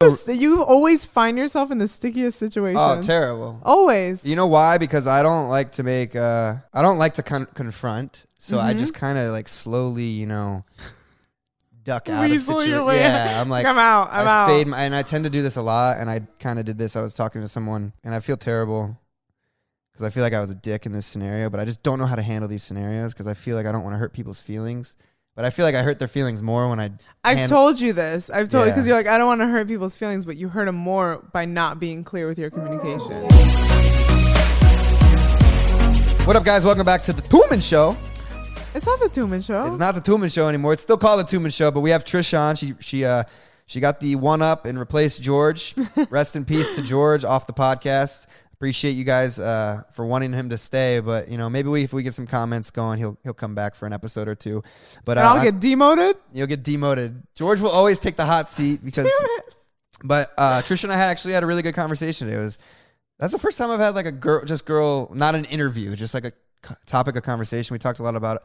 a- a, you always find yourself in the stickiest situation. Oh, terrible. Always. You know why? Because I don't like to make. Uh, I don't like to con- confront. So I just Mm-hmm. kind of like slowly, you know, duck out Weasel of your situations. way Yeah, out. I'm like, Like, I'm out, I'm I out. Fade my, and I tend to do this a lot. And I kind of did this. I was talking to someone, and I feel terrible because I feel like I was a dick in this scenario. But I just don't know how to handle these scenarios because I feel like I don't want to hurt people's feelings. But I feel like I hurt their feelings more when I. I've hand- told you this. I've told you because Yeah. you're like, I don't want to hurt people's feelings, but you hurt them more by not being clear with your communication. What up, guys? Welcome back to the Toolman Show. It's not the Tooman show. It's not the Tooman Show anymore. It's still called the Tooman Show, but we have Trish on. She she uh she got the one up and replaced George. Rest in peace to George off the podcast. Appreciate you guys uh, for wanting him to stay, but you know maybe we, if we get some comments going, he'll he'll come back for an episode or two. But uh, and I'll I- get demoted. you'll get demoted. George will always take the hot seat because. But uh, Trish and I had actually had a really good conversation today. It was that's the first time I've had like a girl, just girl, not an interview, just like a co- topic of conversation. We talked a lot about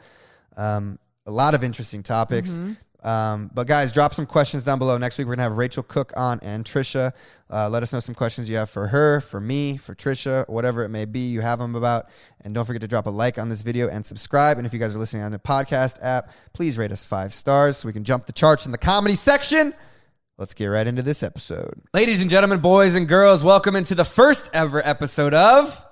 um, a lot of interesting topics. Um, but guys, drop some questions down below. Next week we're gonna have Rachel Cook on and Trisha. Uh, let us know some questions you have for her, for me, for Trisha, whatever it may be you have them about. And don't forget to drop a like on this video and subscribe. And if you guys are listening on the podcast app, please rate us five stars so we can jump the charts in the comedy section. Let's get right into this episode. Ladies and gentlemen, boys and girls, welcome into the first ever episode of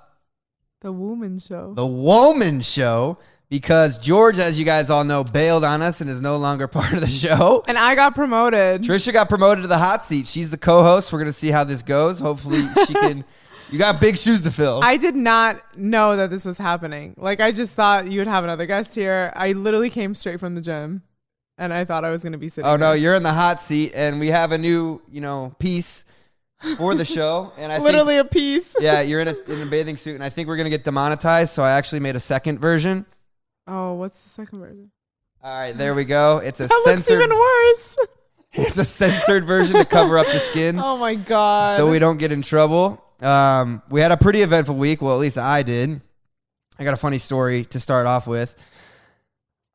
The Woman show. The Woman Show because George, as you guys all know, bailed on us and is no longer part of the show. and I got promoted. Trisha got promoted to the hot seat. She's the co host. We're going to see how this goes. Hopefully, she can. You got big shoes to fill. I did not know that this was happening. Like I just thought you would have another guest here. I literally came straight from the gym, and I thought I was gonna be sitting. oh, no, there. you're in the hot seat, and we have a new, you know, piece for the show. And I think literally a piece. yeah, you're in a, in a bathing suit, and I think we're gonna get demonetized. So I actually made a second version. Oh, what's the second version? All right, there we go. It's a That looks censored. even worse. It's a censored version to cover up the skin, Oh my god. so we don't get in trouble. Um, we had a pretty eventful week. Well, at least I did. I got a funny story to start off with.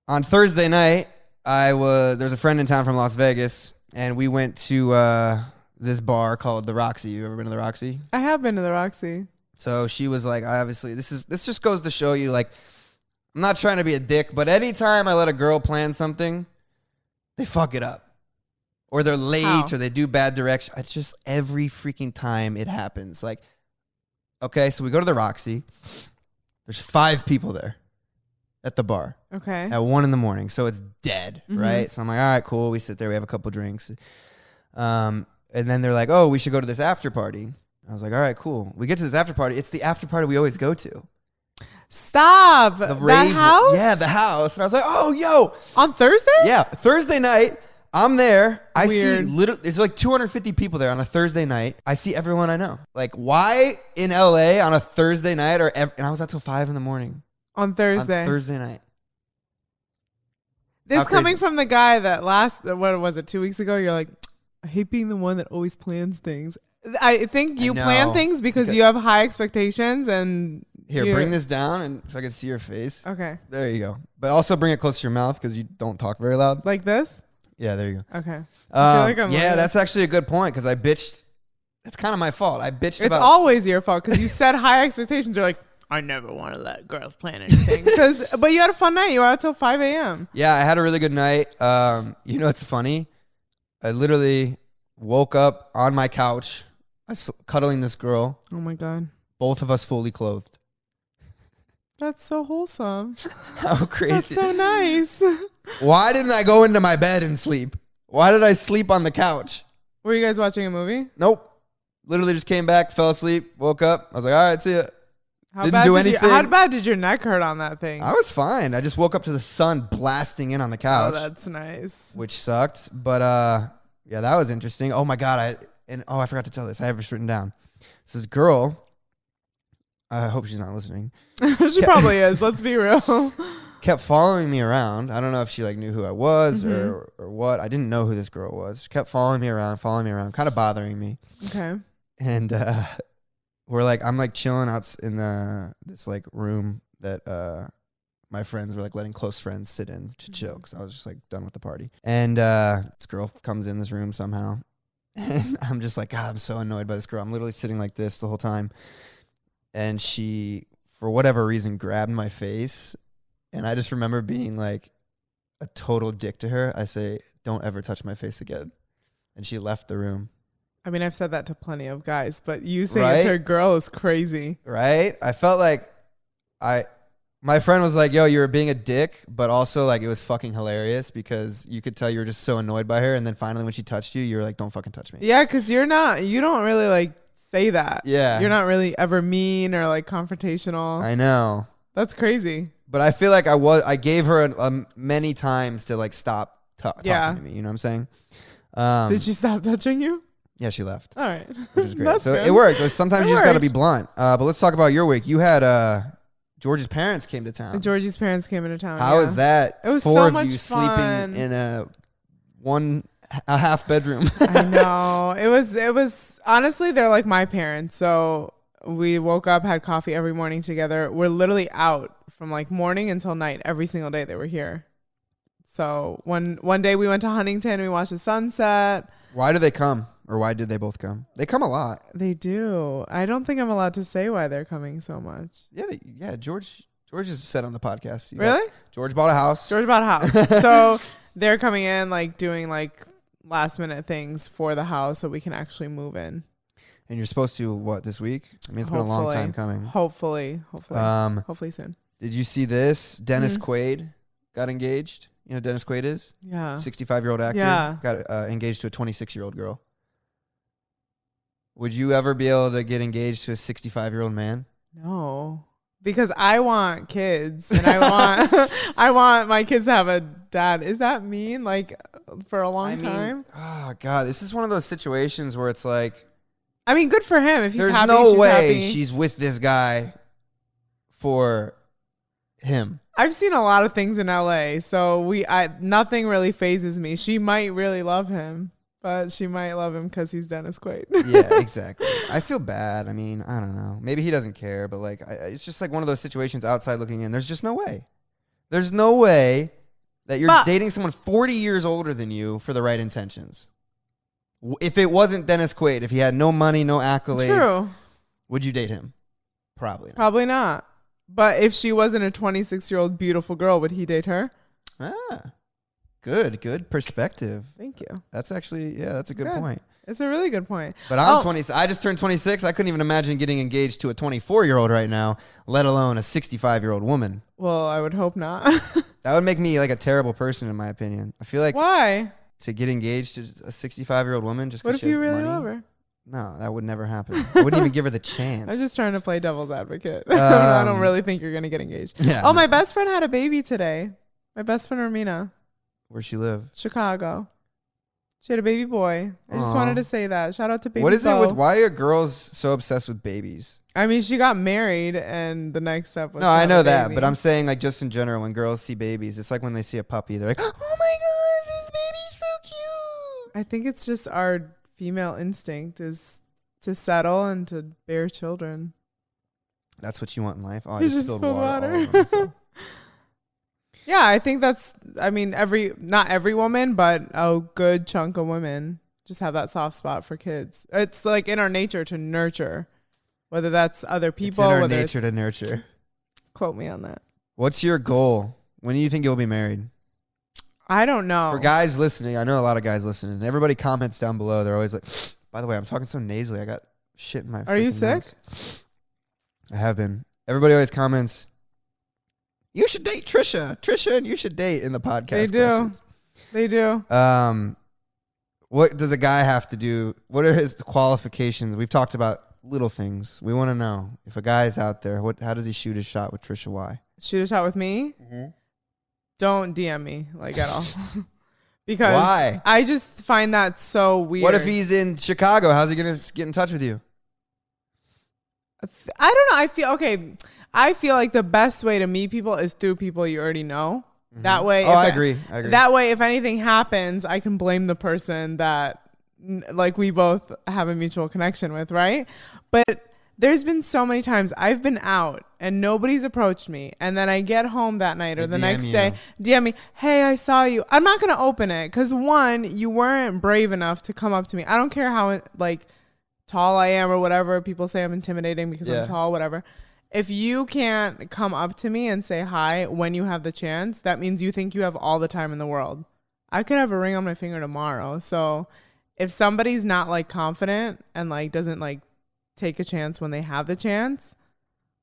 On Thursday night, I was there's a friend in town from Las Vegas, and we went to uh, this bar called the Roxy. You ever been to the Roxy? I have been to the Roxy. So she was like, I obviously this is this just goes to show you like I'm not trying to be a dick, but anytime I let a girl plan something, they fuck it up. Or they're late How? or they do bad direction. It's just every freaking time it happens. Like okay, so we go to the Roxy. There's five people there at the bar Okay. at one in the morning. So it's dead, Mm-hmm. right? So I'm like, all right, cool. We sit there, we have a couple drinks. Um, and then they're like, oh, we should go to this after party. I was like, all right, cool. We get to this after party. It's the after party we always go to. Stop. The that house. Yeah, the house. And I was like, oh, yo. On Thursday. Yeah, Thursday night, I'm there. I see Weird. literally, there's like 250 people there on a Thursday night. I see everyone I know. Like, why in LA on a Thursday night or, ev- and I was out till five in the morning On on Thursday. Thursday night. This How crazy. coming from the guy that last what was it two weeks ago? You're like, I hate being the one that always plans things. I think I you know, plan things because because- you have high expectations and Here, you- bring this down and so I can see your face. Okay, There you go. But also bring it close to your mouth because you don't talk very loud. like this. Yeah, there you go. Okay, Um, like I'm yeah, like- that's actually a good point because I bitched. That's kind of my fault. I bitched it's about. always your fault because you set high expectations. You're like, I never want to let girls plan anything. 'Cause- but you had a fun night. You were out till five a.m. yeah, I had a really good night. Um, you know, it's funny. I literally woke up on my couch, I s- cuddling this girl. Oh my god, Both of us fully clothed. that's so wholesome. How That's crazy! so nice. Why didn't I go into my bed and sleep? Why did I sleep on the couch? were you guys watching a movie? Nope. Literally just came back, fell asleep, woke up. I was like, all right, see ya. How Didn't bad do did anything. You, how bad did your neck hurt on that thing? I was fine. I just woke up to the sun blasting in on the oh, couch, that's nice. which sucked. But uh, yeah, that was interesting. Oh my god! I and oh, I forgot to tell this. I have this written down. So this girl, I hope she's not listening, she probably is. Let's be real. kept following me around. I don't know if she like knew who I Mm-hmm. was or or what. I didn't know who this girl was. She kept following me around, following me around, kind of bothering me. okay. and uh, we're like, I'm like chilling out in the this like room that uh, my friends were like letting close friends sit in to chill because I was just like done with the party. And uh, this girl comes in this room somehow, And I'm just like, God, I'm so annoyed by this girl. I'm literally sitting like this the whole time. And she, for whatever reason, grabbed my face. And I just remember being like a total dick to her. I say, Don't ever touch my face again. And she left the room. I mean, I've said that to plenty of guys, but you saying it Right? to a girl is crazy. Right? I felt like I my friend was like, "Yo, you were being a dick," but also like it was fucking hilarious because you could tell you were just so annoyed by her and then finally when she touched you, you were like, "Don't fucking touch me." Yeah, because you're not, you don't really like say that. Yeah. You're not really ever mean or like confrontational. I know. That's crazy. But I feel like I was I gave her an, um, many times to like stop ta Yeah. talking to me, you know what I'm saying? Um, Did she stop touching you? yeah, she left. All right. Which is great. That's so good. it worked. So Sometimes It you just got to be worked. blunt. Uh, but let's talk about your week. You had uh, George's parents came to town. And Georgie's parents came into town. How Oh, yeah. is that? It was Four so of much you fun. sleeping in a one a half bedroom. I know. It was it was honestly they're like my parents. So we woke up, had coffee every morning together. We're literally out from like morning until night every single day they were here. So one one day we went to Huntington, we watched the sunset. why do they come, or why did they both come? They come a lot. They do. I don't think I'm allowed to say why they're coming so much. Yeah, they, yeah. George George has said on the podcast. you got- Really? George bought a house. George bought a house. so they're coming in like doing like last minute things for the house so we can actually move in. and you're supposed to what this week? I mean, it's been a long Hopefully. time coming. Hopefully. Hopefully. Um, hopefully soon. did you see this? Dennis Mhm. Quaid got engaged. You know who Dennis Quaid is Yeah. 65 year old actor. Yeah. Got uh, engaged to a 26 year old girl. Would you ever be able to get engaged to a 65 year old man? No, because I want kids, and I want I want my kids to have a dad. Is that mean? Like for a long time? oh god, this is one of those situations where it's like I mean, good for him if he's there's happy. no she's way happy. she's with this guy for him. I've seen a lot of things in LA, so we I nothing really phases me. She might really love him, but she might love him because he's Dennis Quaid. Yeah, exactly. I feel bad. I mean, I don't know. Maybe he doesn't care, but like, I, I- it's just like one of those situations outside looking in. There's just no way. There's no way that you're But- dating someone 40 years older than you for the right intentions. W- If it wasn't Dennis Quaid, if he had no money, no accolades, True, would you date him? Probably not. probably not. But if she wasn't a 26 year old beautiful girl, would he date her? Ah, good, good perspective. Thank you. That's actually, yeah, that's a good Good. point. It's a really good point. But I'm Oh. 20. I just turned 26. I couldn't even imagine getting engaged to a 24 year old right now, let alone a 65 year old woman. Well, I would hope not. That would make me like a terrible person, in my opinion. I feel like Why? to get engaged to a 65 year old woman just What because if she has you really money. love her? No, that would never happen. I wouldn't even give her the chance. I was just trying to play devil's advocate. I don't Um, really think you're gonna get engaged. yeah. Oh, my best friend had a baby today. My best friend Romina, Where she live? Chicago. She had a baby boy. I just Aw. wanted to say that. Shout out to baby. what is it with Bo. why are girls so obsessed with babies? I mean, she got married, and the next step was. No, to I have a know that, baby. but I'm saying like just in general, when girls see babies, it's like when they see a puppy, they're like, "Oh my god, this baby's so cute." I think it's just our female instinct is to settle and to bear children. That's what you want in life. Oh, I You just, just spilled spilled water. all water. over myself. Yeah, I think that's. I mean, every not every woman, but a good chunk of women just have that soft spot for kids. It's like in our nature to nurture, whether that's other it's people. in our whether nature it's, to nurture. quote me on that. What's your goal? When do you think you'll be married? I don't know. For guys listening, I know a lot of guys listening. and Everybody comments down below. They're always like, "By the way, I'm talking so nasally. I got shit in my." Are you freaking nose." I have been. Everybody always comments. You should date Trisha. Trisha and you should date in the podcast. They do. questions. they do. Um, what does a guy have to do? What are his qualifications? We've talked about little things. We want to know if a guy's out there. What? How does he shoot his shot with Trisha? Why? Shoot a shot with me. Don't DM me like at all, because Why? I just find that so weird. What if he's in Chicago? How's he gonna s- get in touch with you? I don't know. I feel okay. I feel like the best way to meet people is through people you already know. That way, Oh, if I I- agree. I agree. That way, if anything happens, I can blame the person that, n- like, we both have a mutual connection with, right? But There's been so many times I've been out and nobody's approached me, and then I get home that night or the They DM next you. day, DM me, "Hey, I saw you." I'm not gonna open it because one, you weren't brave enough to come up to me. I don't care how like tall I am or whatever. People say I'm intimidating because Yeah. I'm tall, whatever. If you can't come up to me and say hi when you have the chance, that means you think you have all the time in the world. I could have a ring on my finger tomorrow. So if somebody's not like confident and like doesn't like take a chance when they have the chance,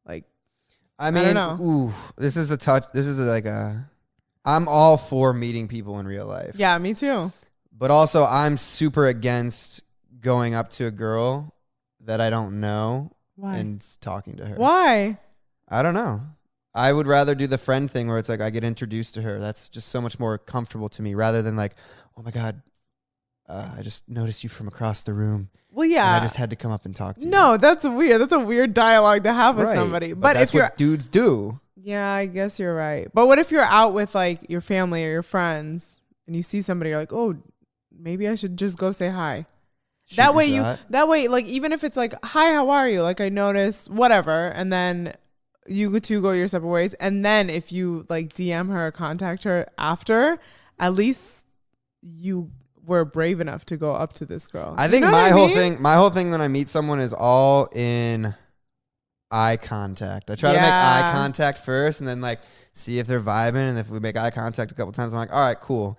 like I don't mean, know. ooh, this is a touch. This is like a. I'm all for meeting people in real life, yeah, me too. but also I'm super against going up to a girl that I don't know Why? and talking to her. Why? I don't know. I would rather do the friend thing where it's like I get introduced to her. That's just so much more comfortable to me rather than like, oh my god, uh, I just noticed you from across the room. Well, and I yeah. just had to come up and talk to you. No, that's weird. That's a weird dialogue to have with Right. somebody. But, But, that's if you're what dudes do. Yeah, I guess you're right. But what if you're out with like your family or your friends and you see somebody, you're like, oh, maybe I should just go say hi. that Shoot way, your you shot. that way, like even if it's like, hi, how are you? Like I noticed, whatever, and then you two go your separate ways. And then if you like DM her or contact her after, at least you were brave enough to go up to this girl. I You think know what my I whole mean? thing, my whole thing when I meet someone is all in eye contact. I try to make eye Yeah. contact first, and then like see if they're vibing. And if we make eye contact a couple times, I'm like, all right, cool.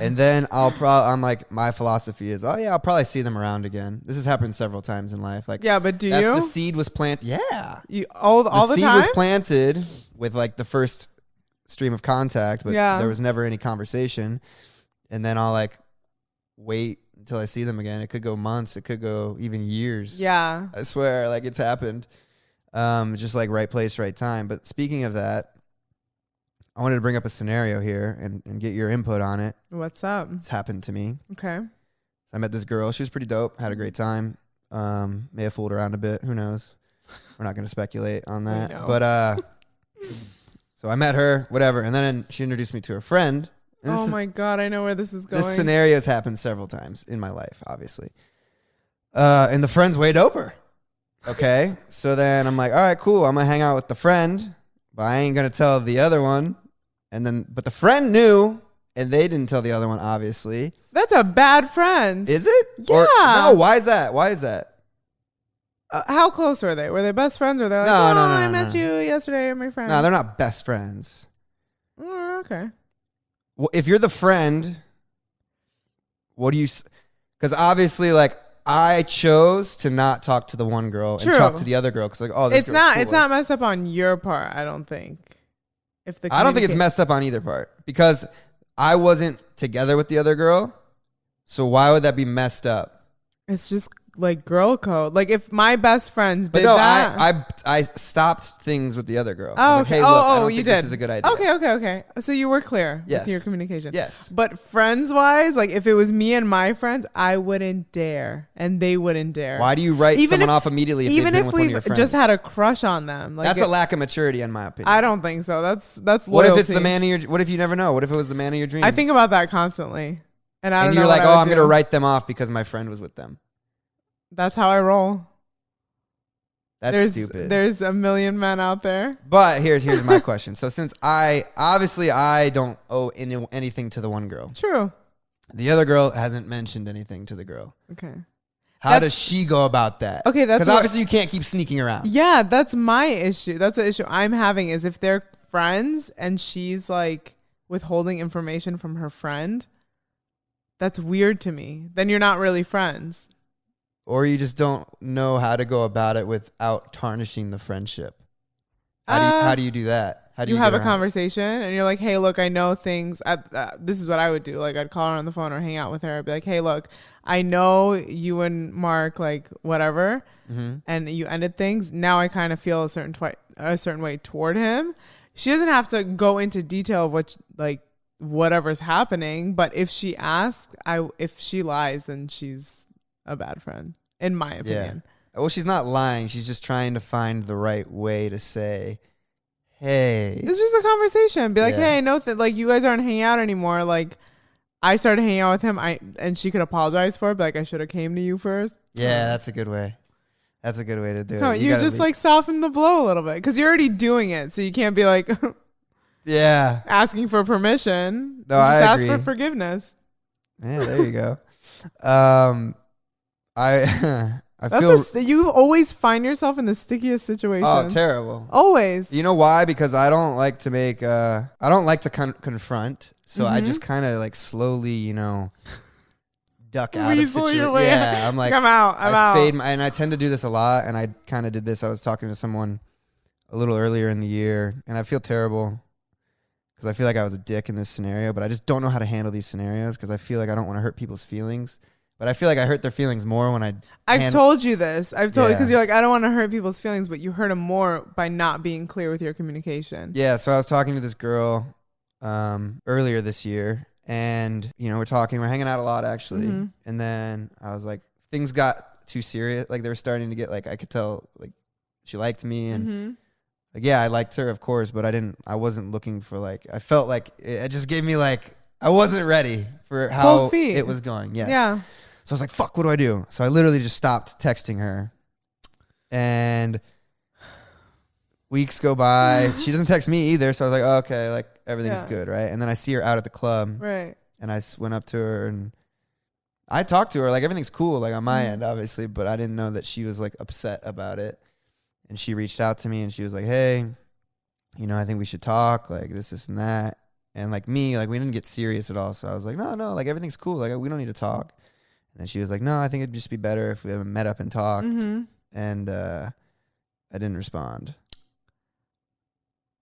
And then I'll probably, I'm like, my philosophy is, oh yeah, I'll probably see them around again. This has happened several times in life. Like, Yeah, but do that's the you? seed was planted. Yeah, you all all the, seed time. was planted with like the first stream of contact, but Yeah. there was never any conversation. And then I'll like wait until I see them again. It could go months. It could go even years. yeah. I swear, like it's happened. Um, just like right place, right time. But speaking of that, I wanted to bring up a scenario here and, and get your input on it. What's up? It's happened to me. Okay. So I met this girl. She was pretty dope. Had a great time. Um, may have fooled around a bit. Who knows? We're not going to speculate on We that. know. But uh, so I met her, whatever, and then she introduced me to her friend. And this oh is- my god, I know where this is going. this scenario's happened several times in my life, obviously. Uh, and the friend's way doper. Okay, so then I'm like, all right, cool. I'm gonna hang out with the friend, but I ain't gonna tell the other one. And then, but the friend knew, and they didn't tell the other one, obviously. That's a bad friend. Is it? Yeah. no. Why is that? Why is that? Uh, how close were they? Were they best friends? Or they like, No, oh, no, no, I no, met no. you yesterday, my friend. No, they're not best friends. Oh, okay. Well, if you're the friend, what do you? Because obviously, like I chose to not talk to the one girl True. and talk to the other girl because like, oh, this It's girl's not. It's cooler. not messed up on your part. I don't think. If the I don't think it's communica- messed up on either part because I wasn't together with the other girl. So why would that be messed up? It's just like girl code. Like if my best friends But did no, that. I, I I stopped things with the other girl. I oh, was like, okay. hey, oh, look, I oh, don't you think did. This is a good idea. Okay, okay, okay. So you were clear Yes. with your communication. Yes. But friends wise, like if it was me and my friends, I wouldn't dare, and they wouldn't dare. Why do you write Even someone if- off immediately if even they've been if with one of we've your friends? just had a crush on them. Like That's it- a lack of maturity, in my opinion. I don't think so. That's that's What loyalty. if it's the man of your? What if you never know? What if it was the man of your dreams? I think about that constantly, and I don't and know. you're what like, I oh, would I'm gonna do. write them off because my friend was with them. That's how I roll. That's there's, stupid. There's a million men out there. But here's here's my question. So since I obviously I don't owe any, anything to the one girl, True. the other girl hasn't mentioned anything to the girl. Okay. How That's- does she go about that? Okay, that's because what- obviously you can't keep sneaking around. Yeah, that's my issue. That's the issue I'm having is if they're friends and she's like withholding information from her friend. That's weird to me. Then you're not really friends. Or you just don't know how to go about it without tarnishing the friendship. How do you, Uh, how do you do that? How do You, you, have a get around it? conversation and you're like, "Hey, look, I know things. I, uh, this is what I would do. Like, I'd call her on the phone or hang out with her. I'd be like, "Hey, look, I know you and Mark, like, whatever." Mhm. and you ended things. Now I kind of feel a certain twi- a certain way toward him. She doesn't have to go into detail of what like whatever's happening, but if she asks, I if she lies, then she's a bad friend, in my opinion. Well, she's not lying. She's just trying to find the right way to say, "Hey, It's just a conversation. Be like, Yeah. hey, I know that like you guys aren't hanging out anymore. Like I started hanging out with him. I and she could apologize for it. But, like I should have came to you first. yeah, that's a good way." That's a good way to do No, it. you, gotta just leave- like soften the blow a little bit because you're already doing it, so you can't be like yeah. asking for permission. No, You just I ask for agree. forgiveness. Yeah, there you go. Um, I I That's feel a st- you always find yourself in the stickiest situation. oh terrible. always. You know why? Because I don't like to make uh I don't like to con- confront. So I Mhm. just kind of like slowly, you know, duck out of Weasel your situations. way Yeah, out. I'm like I'm out. I'm I out. fade my, and I tend to do this a lot and I kind of did this. I was talking to someone a little earlier in the year and I feel terrible cuz I feel like I was a dick in this scenario, but I just don't know how to handle these scenarios cuz I feel like I don't want to hurt people's feelings. But I feel like I hurt their feelings more when I I've hand- told you this. I've told you Yeah. because you're like, I don't want to hurt people's feelings, but you hurt them more by not being clear with your communication. Yeah, so I was talking to this girl um, earlier this year, and you know we're talking, we're hanging out a lot actually. Mhm. And then I was like, things got too serious. Like they were starting to get like I could tell like she liked me, and hmm like yeah, I liked her of course, but I didn't. I wasn't looking for like I felt like it, it just gave me like I wasn't ready for how Cold feet. it was going. Yes. Yeah. So I was like, fuck, what do I do? So I literally just stopped texting her. And weeks go by. she doesn't text me either. So I was like, oh, okay, like everything's Yeah. good, right? And then I see her out at the club Right. and I s- went up to her and I talked to her. Like everything's cool, like on my Mm-hmm. end, obviously, but I didn't know that she was like upset about it. And she reached out to me and she was like, hey, you know, I think we should talk, like this, this, and that. And like me, like we didn't get serious at all. So I was like, no, no, like everything's cool. Like we don't need to talk. And then she was like, no, I think it'd just be better if we haven't met up and talked. hmm And uh, I didn't respond.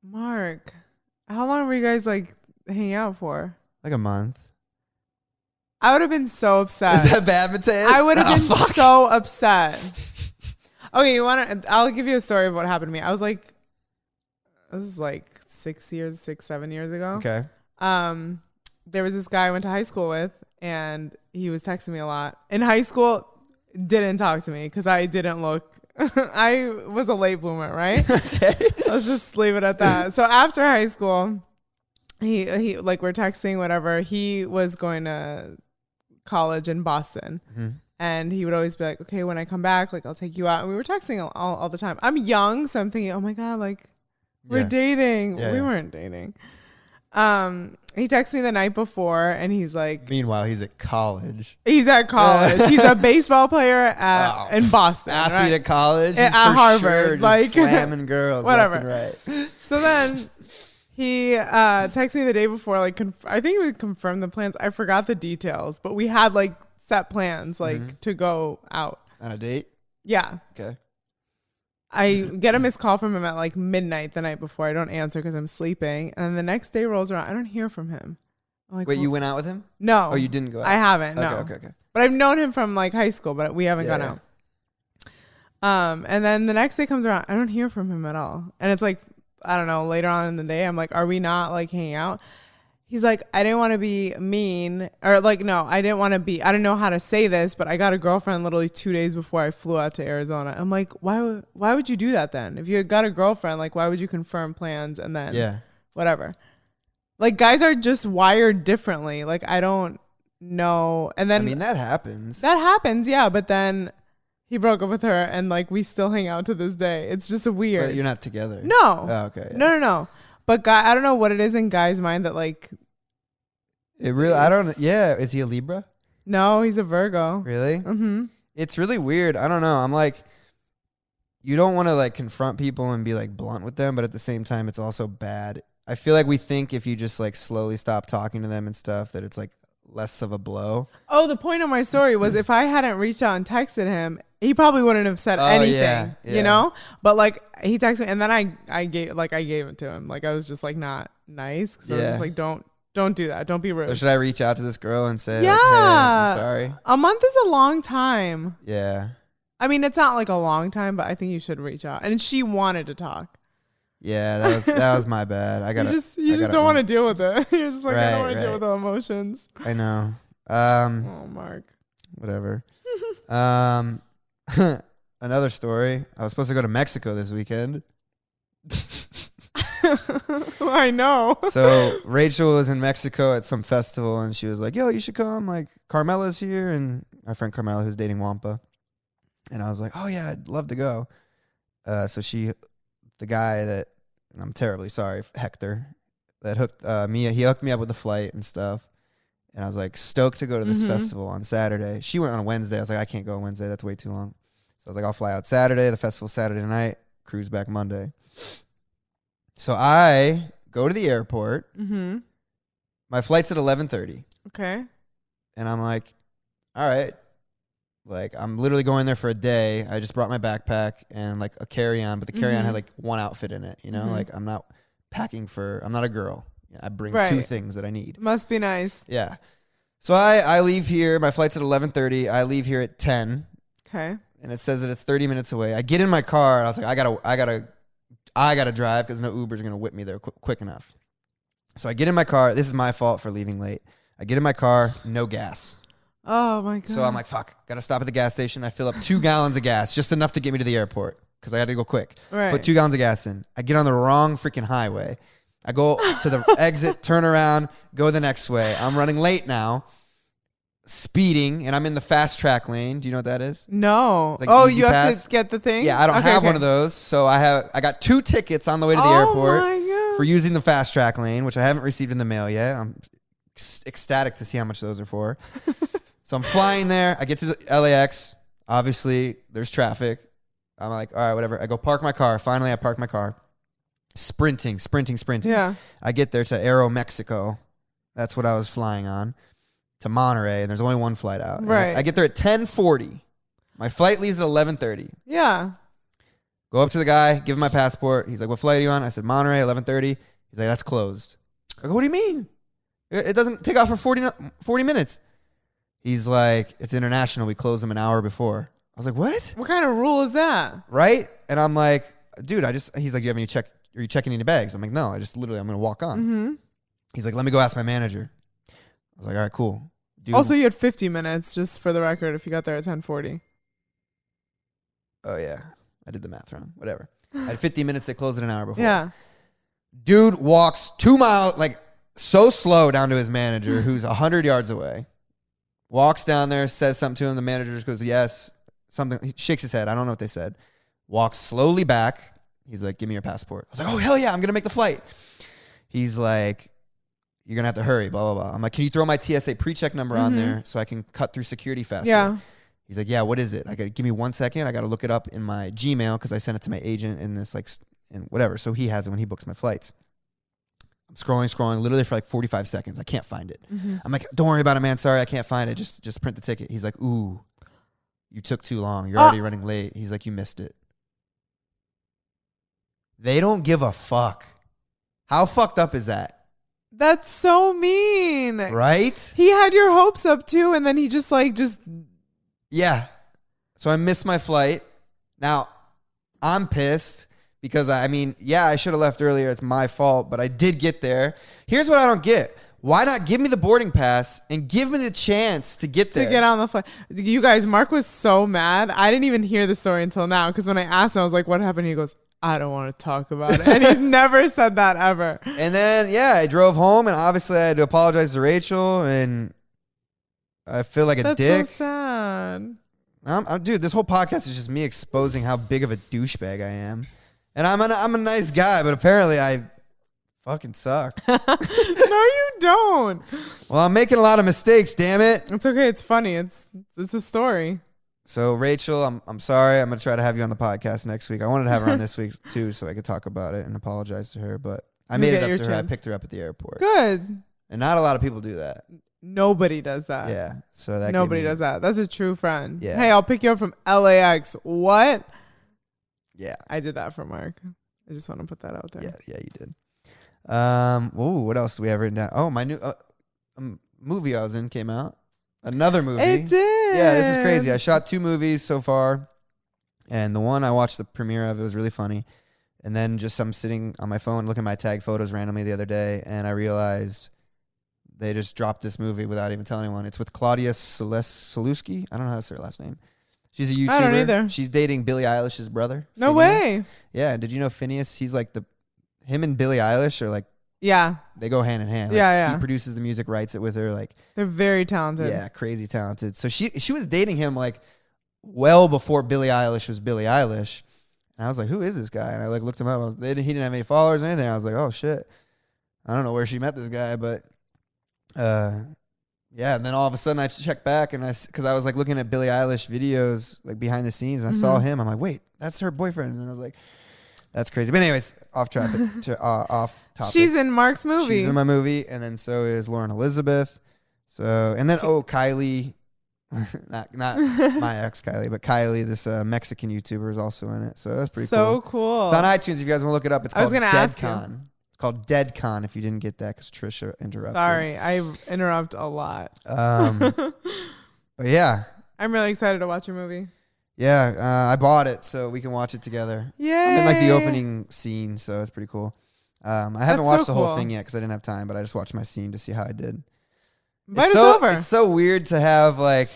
Mark, how long were you guys like hanging out for? Like a month. I would have been so upset. Is that bad, Mateus? I would have Oh, been fuck. so upset. Okay, you want to? I'll give you a story of what happened to me. I was like, this is like six years, six, seven years ago. Okay. Um, there was this guy I went to high school with, and he was texting me a lot. In high school, didn't talk to me because I didn't look. I was a late bloomer, right? okay. Let's just leave it at that. So after high school, he he like we're texting whatever. He was going to college in Boston, Mhm. and he would always be like, "Okay, when I come back, like I'll take you out." And we were texting all, all, all the time. I'm young, so I'm thinking, "Oh my god, like we're Yeah. dating." Yeah, we yeah. weren't dating. Um, he texted me the night before, and he's like, Meanwhile, he's at college. "He's at college. he's a baseball player at Wow. in Boston, Athlete right? at college. At- he's at for Harvard, sure just like- slamming girls Whatever. left and right. So then he uh, texted me the day before, like conf- I think we confirmed the plans. I forgot the details, but we had like set plans, like Mm-hmm. to go out. On a date. Yeah, Okay. I get a missed call from him at like midnight the night before. I don't answer because I'm sleeping, and the next day rolls around. I don't hear from him. I'm like, Wait, you "Well, went out with him? no? Oh, you didn't go out. I haven't. Okay, no. okay, okay. But I've known him from like high school, but we haven't Yeah, gone yeah. out. Um, and then the next day comes around, I don't hear from him at all. And it's like, I don't know, later on in the day, I'm like, are we not like hanging out? He's like, I didn't want to be mean, or like, no, I didn't want to be, I don't know how to say this, but I got a girlfriend literally two days before I flew out to Arizona. I'm like, why, would- why would you do that then? If you had got a girlfriend, like, why would you confirm plans and then Yeah. whatever. Like guys are just wired differently. Like I don't know. And I then mean, that happens. that happens, yeah, but then he broke up with her and like we still hang out to this day. It's just weird. but you're not together. no. Oh, okay. yeah. No, no, no. But guy I don't know what it is in guys' mind that like It really. I don't. It's- Yeah. Is he a Libra? no, he's a Virgo. Really? Mhm. It's really weird. I don't know. I'm like. You don't want to like confront people and be like blunt with them, but at the same time, it's also bad. I feel like we think if you just like slowly stop talking to them and stuff, that it's like less of a blow. Oh, the point of my story was if I hadn't reached out and texted him, he probably wouldn't have said Oh, anything, yeah, yeah. you know? But like he texted me and then I I gave like I gave it to him. Like I was just like not nice cuz I was Yeah. just like don't don't do that. Don't be So rude. should I reach out to this girl and say, like, Yeah. hey, I'm sorry? a month is a long time. Yeah. I mean, it's not like a long time, but I think you should reach out. And she wanted to talk. Yeah, that was that was my bad. I got you just you just don't want to deal with it. You're just like I don't Right, want to right. deal with the emotions. I know. Um, Oh, Mark. whatever. Um, another story. I was supposed to go to Mexico this weekend. I know. So Rachel was in Mexico at some festival, and she was like, "Yo, you should come." Like Carmela's here, and my friend Carmela, who's dating Wampa, And I was like, oh yeah, I'd love to go. Uh, so she, the guy that, and I'm terribly sorry, Hector, that hooked uh, me, he hooked me up with the flight and stuff. And I was like stoked to go to this Mhm. festival on Saturday. She went on a Wednesday. I was like, I can't go on Wednesday. That's way too long. So I was like, I'll fly out Saturday, the festival Saturday night, cruise back Monday. So I go to the airport. Mm-hmm. My flight's at 11:30. Okay. And I'm like, all right. Like, I'm literally going there for a day. I just brought my backpack and like a carry on, but the carry on Mhm. had like one outfit in it. You know, Mhm. like I'm not packing for, I'm not a girl. I bring two Right. things that I need. Must be nice. Yeah. So I, I leave here. My flight's at 11.30. I leave here at 10 Okay. and it says that it's 30 minutes away. I get in my car and I was like, I gotta, I gotta, I gotta drive because no Uber's gonna whip me there qu- quick enough. So I get in my car. This is my fault for leaving late. I get in my car, no gas. Oh my god. So I'm like, fuck, gotta stop at the gas station. I fill up two gallons of gas, just enough to get me to the airport because I had to go quick. right. Put two gallons of gas in. I get on the wrong freaking highway. I go to the exit, turn around, go the next way. I'm running late now, speeding, and I'm in the fast track lane. Do you know what that is? no. like oh, Easy you have Pass. to get the thing. Yeah, I don't Okay, have one okay. of those, so I have I got two tickets on the way to the oh airport my god. for using the fast track lane, which I haven't received in the mail yet. I'm ec- ecstatic to see how much those are for. so I'm flying there. I get to the LAX. Obviously, there's traffic. I'm like, all right, whatever. I go park my car. Finally, I park my car. Sprinting, sprinting, sprinting. Yeah. I get there to Aero Mexico. That's what I was flying on to Monterey, and there's only one flight out. And I- Right. I, get there at 10:40. My flight leaves at 11:30. Yeah. Go up to the guy, give him my passport. He's like, "What flight are you on?" I said, "Monterey, 11:30." He's like, "That's closed." I go, "What do you mean? It it doesn't take off for 40, no- 40 minutes." He's like, "It's international. We close them an hour before." I was like, "What?" What kind of rule is that? Right? And I'm like, "Dude, I just." He's like, "Do you have any check? Are you checking any bags?" I'm like, "No, I just literally I'm gonna walk on." Mm-hmm. He's like, "Let me go ask my manager." I was like, "All right, cool." Dude, Also, you had 50 minutes, just for the record, if you got there at 10:40. oh yeah, I did the math wrong. Whatever. I had 50 minutes. They closed it an hour before. Yeah. Dude walks two miles, like so slow down to his manager, who's 100 yards away. Walks down there, says something to him. The manager just goes, Yes. Something, he shakes his head. I don't know what they said. Walks slowly back. He's like, Give me your passport. I was like, Oh, hell yeah, I'm going to make the flight. He's like, You're going to have to hurry, blah, blah, blah. I'm like, Can you throw my TSA pre check number on Mhm. there so I can cut through security faster? Yeah. He's like, yeah, what is it? I got give me one second. I got to look it up in my Gmail because I sent it to my agent in this like s- and whatever. So he has it when he books my flights. I'm scrolling, scrolling, literally for like 45 seconds. I can't find it. Mhm. I'm like, don't worry about it, man. Sorry, I can't find it. Just just print the ticket. He's like, ooh, you took too long. You're Ah. already running late. He's like, you missed it. They don't give a fuck. How fucked up is that, That's so mean. right? He had your hopes up too, and then he just like just Yeah. So I missed my flight. Now I'm pissed because I I mean, yeah, I should have left earlier. It's my fault, but I did get there. Here's what I don't get. Why not give me the boarding pass and give me the chance to get there? to get on the flight. You guys, Mark was so mad. I didn't even hear the story until now because when I asked him, I was like, "What happened?" He goes, "I don't want to talk about it," and he's never said that ever. and then yeah, I drove home and obviously I had to apologize to Rachel and I feel like a That's dick. so sad. I'm, I'm, dude, this whole podcast is just me exposing how big of a douchebag I am. And I'm an, I'm a nice guy, but apparently I fucking suck. no, you don't. well, I'm making a lot of mistakes, damn it. It's okay. It's funny. It's it's a story. So Rachel, I'm I'm sorry. I'm gonna try to have you on the podcast next week. I wanted to have her on this week too, so I could talk about it and apologize to her. But I You made get it up to your her. I chance. picked her up at the airport, Good. and not a lot of people do that. Nobody does that. yeah, so that gave Uh, Nobody me- does that. That's a true friend. Yeah. Hey, I'll pick you up from LAX. What? Yeah, I did that for Mark. I just want to put that out there. yeah, yeah. You did. Um. Ooh, what else do we have written down? Oh, my new uh, um, movie I was in came out. Another movie. It did. Yeah, this is crazy. I shot two movies so far, and the one I watched the premiere of it was really funny. And then just I'm sitting on my phone looking at my tag photos randomly the other day, and I realized they just dropped this movie without even telling anyone. It's with Claudia Soles- Solewski. I don't know how to say her last name. She's a YouTuber. I don't either. She's dating Billie Eilish's brother. no way. Phineas. Yeah. Did you know Phineas? He's like the him and Billie Eilish are like Yeah. they go hand in hand. Like, Yeah, He yeah. produces the music, writes it with her. Like They're very talented. yeah, crazy talented. So she she was dating him like well before Billie Eilish was Billie Eilish. And I was like, who is this guy? And I like looked him up. I was, they didn't, he didn't have any followers or anything. I was like, oh shit. I don't know where she met this guy, but uh, yeah. And then all of a sudden I checked back and I, s- cause I was like looking at Billie Eilish videos, like behind the scenes and I saw him. I'm like, wait, that's her boyfriend. And I was like, that's crazy. But anyways, off traffic, to, uh, off topic. She's in Mark's movie. She's in my movie, and then so is Lauren Elizabeth. So and then oh Kylie, not not my ex Kylie, but Kylie, this uh, Mexican YouTuber is also in it. So that's pretty so cool. cool. It's on iTunes if you guys want to look it up. It's I was called gonna ask you. DeadCon. It's called DeadCon. If you didn't get that, because Trisha interrupted. Sorry, I interrupt a lot. Um, but yeah, I'm really excited to watch your movie. yeah, uh, I bought it so we can watch it together. Yeah. I'm in like the opening scene, so it's pretty cool. Um, I That's so haven't watched the whole cool. thing yet because I didn't have time, but I just watched my scene to see how I did. But it's it's, so, over. It's so weird to have like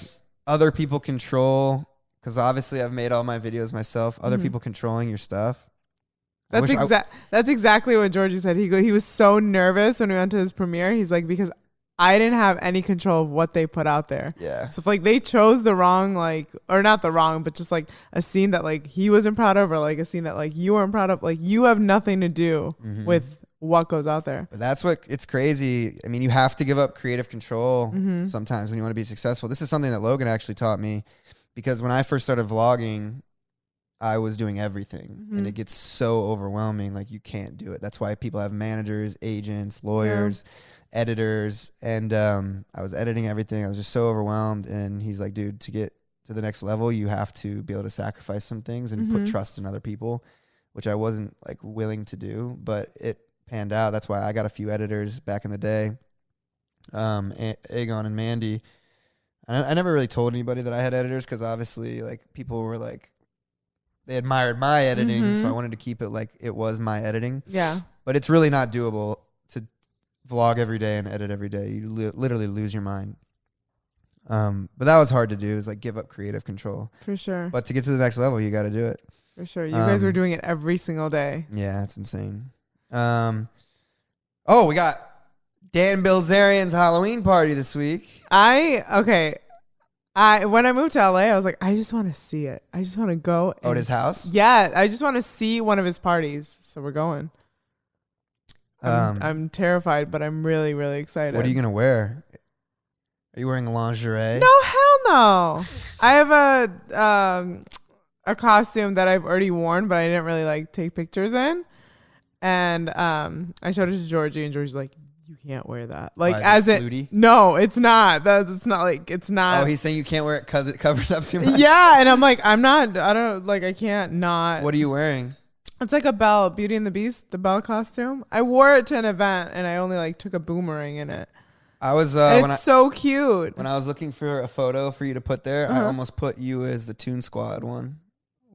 other people control because obviously I've made all my videos myself. Other Mhm. people controlling your stuff. I that's wish I- exact. That's exactly what Georgie said. He go- he was so nervous when we went to his premiere. He's like because I didn't have any control of what they put out there. Yeah. So if like they chose the wrong like or not the wrong but just like a scene that like he wasn't proud of or like a scene that like you weren't proud of like you have nothing to do Mhm. with what goes out there. But that's what it's crazy. I mean, you have to give up creative control Mm-hmm. sometimes when you want to be successful. This is something that Logan actually taught me because when I first started vlogging, I was doing everything and Mhm. it gets so overwhelming. Like, you can't do it. That's why people have managers, agents, lawyers, editors. And um, I was editing everything. I was just so overwhelmed. And he's like, dude, to get to the next level, you have to be able to sacrifice some things and put Mhm. trust in other people, which I wasn't like willing to do, but it panned out. That's why I got a few editors back in the day, um, A- Aegon and Mandy. And I, I never really told anybody that I had editors because obviously, like, people were like, they admired my editing, so Mhm. I wanted to keep it like it was my editing. Yeah. But it's really not doable to vlog every day and edit every day. You li- literally lose your mind. Um, but that was hard to do. Is like give up creative control. For sure. But to get to the next level, you got to do it. For sure. You guys were Um, doing it every single day. Yeah, it's insane. Um, oh, we got Dan Bilzerian's Halloween party this week. I okay. I when I moved to LA, I was like, I just want to see it. I just want to go. Oh, at and his house? s- Yeah, I just want to see one of his parties. So we're going. I'm, Um, I'm terrified, but I'm really, really excited. what are you gonna wear? Are you wearing lingerie? No, Oh, hell no. I have a um a costume that I've already worn, but I didn't really like take pictures in. And um I showed it to Georgie and Georgie's like, You can't wear that. Like is it as it, snooty? No, it's not. That's it's not like it's not Oh, he's saying you can't wear it because it covers up too much. Yeah, and I'm like, I'm not I don't like I can't not What are you wearing? it's like a bell, Beauty and the Beast, the bell costume. I wore it to an event and I only like took a boomerang in it. I was uh, it's when I so cute. when I was looking for a photo for you to put there, I Uh-huh. almost put you as the Toon Squad one,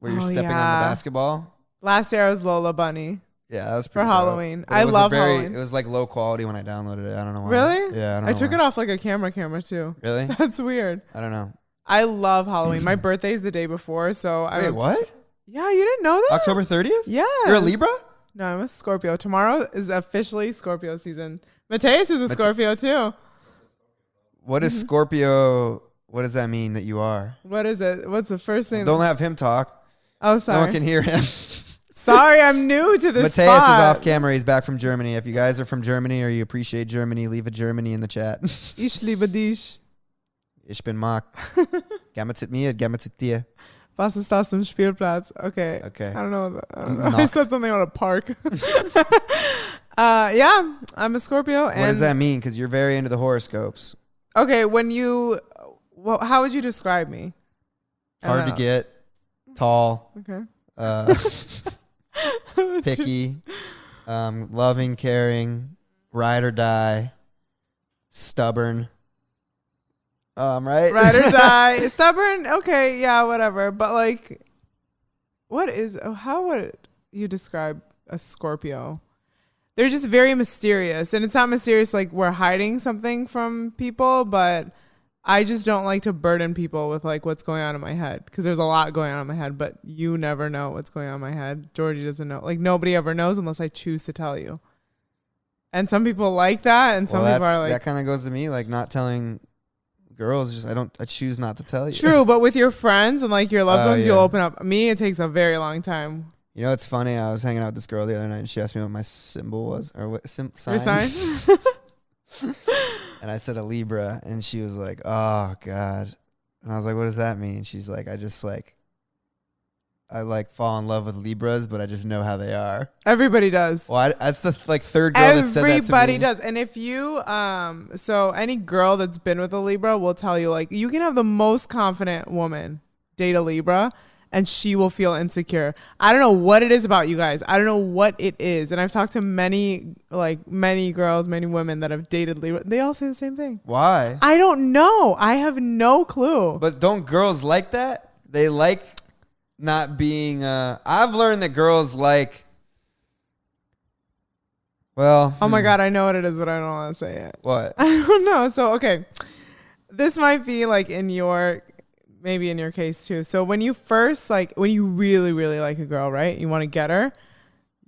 where you're Oh, stepping on yeah. the basketball. Last year I was Lola Bunny. Yeah, that was For pretty dope. Halloween. But it I was a love very, Halloween. It was like low quality when I downloaded it. I don't know why. Really? Yeah, I don't know. I took it off like a camera camera too. Really? That's weird. I don't know. I love Halloween. My birthday's the day before, so I Wait, was- what? Yeah, you didn't know that? October 30th? Yeah. You're a Libra? No, I'm a Scorpio. Tomorrow is officially Scorpio season. Mateus is a Scorpio too. What is Mm-hmm. Scorpio? What does that mean that you are? What is it? What's the first thing? Don't have him talk. oh, No one sorry. can hear him. sorry, I'm new to this. Mateus is off spot. camera. He's back from Germany. If you guys are from Germany or you appreciate Germany, leave a Germany in the chat. Ich liebe dich. ich bin Mark. Gammetzit mir, gammetzit dir. Was ist das für ein Spielplatz? Okay. Okay. I don't know. what the- I, don't Guten know. I Nacht. said something about a park. uh, yeah, I'm a Scorpio. What does and that mean? Because you're very into the horoscopes. Okay, when you, well, how would you describe me? I Hard to don't get, tall, know. uh, Okay. picky, um, loving, caring, ride or die, stubborn. Um, right? Ride or die. Stubborn. Okay, yeah, whatever. But like, what is? oh, How would you describe a Scorpio? They're just very mysterious, and it's not mysterious like we're hiding something from people, but. I just don't like to burden people with like what's going on in my head because there's a lot going on in my head, but you never know what's going on in my head. Georgie doesn't know. Like nobody ever knows unless I choose to tell you. And some people like that, and some well, that's, people are like, that kind of goes to me, like not telling girls, just I don't. I choose not to tell you. True, but with your friends and like your loved Oh, ones, yeah. you'll open up. Me, it takes a very long time. You know, it's funny. I was hanging out with this girl the other night, and she asked me what my symbol was or what sim- Your sign. sign? And I said a Libra, and she was like, "Oh God," and I was like, "What does that mean?" She's like, "I just like, I like fall in love with Libras, but I just know how they are." Everybody does. Well, I, that's the like third girl that said that to Everybody me. does. And if you, um, so any girl that's been with a Libra will tell you, like, you can have the most confident woman date a Libra and she will feel insecure. I don't know what it is about you guys. I don't know what it is. And I've talked to many, like, many girls, many women that have dated Libra. They all say the same thing. Why? I don't know. I have no clue. But don't girls like that? They like not being. Uh, I've learned that girls like. Well, hmm, oh my God, I know what it is, but I don't want to say it. what? I don't know. So okay, this might be like in your maybe in your case too. So when you first like when you really really like a girl, right? You want to get her.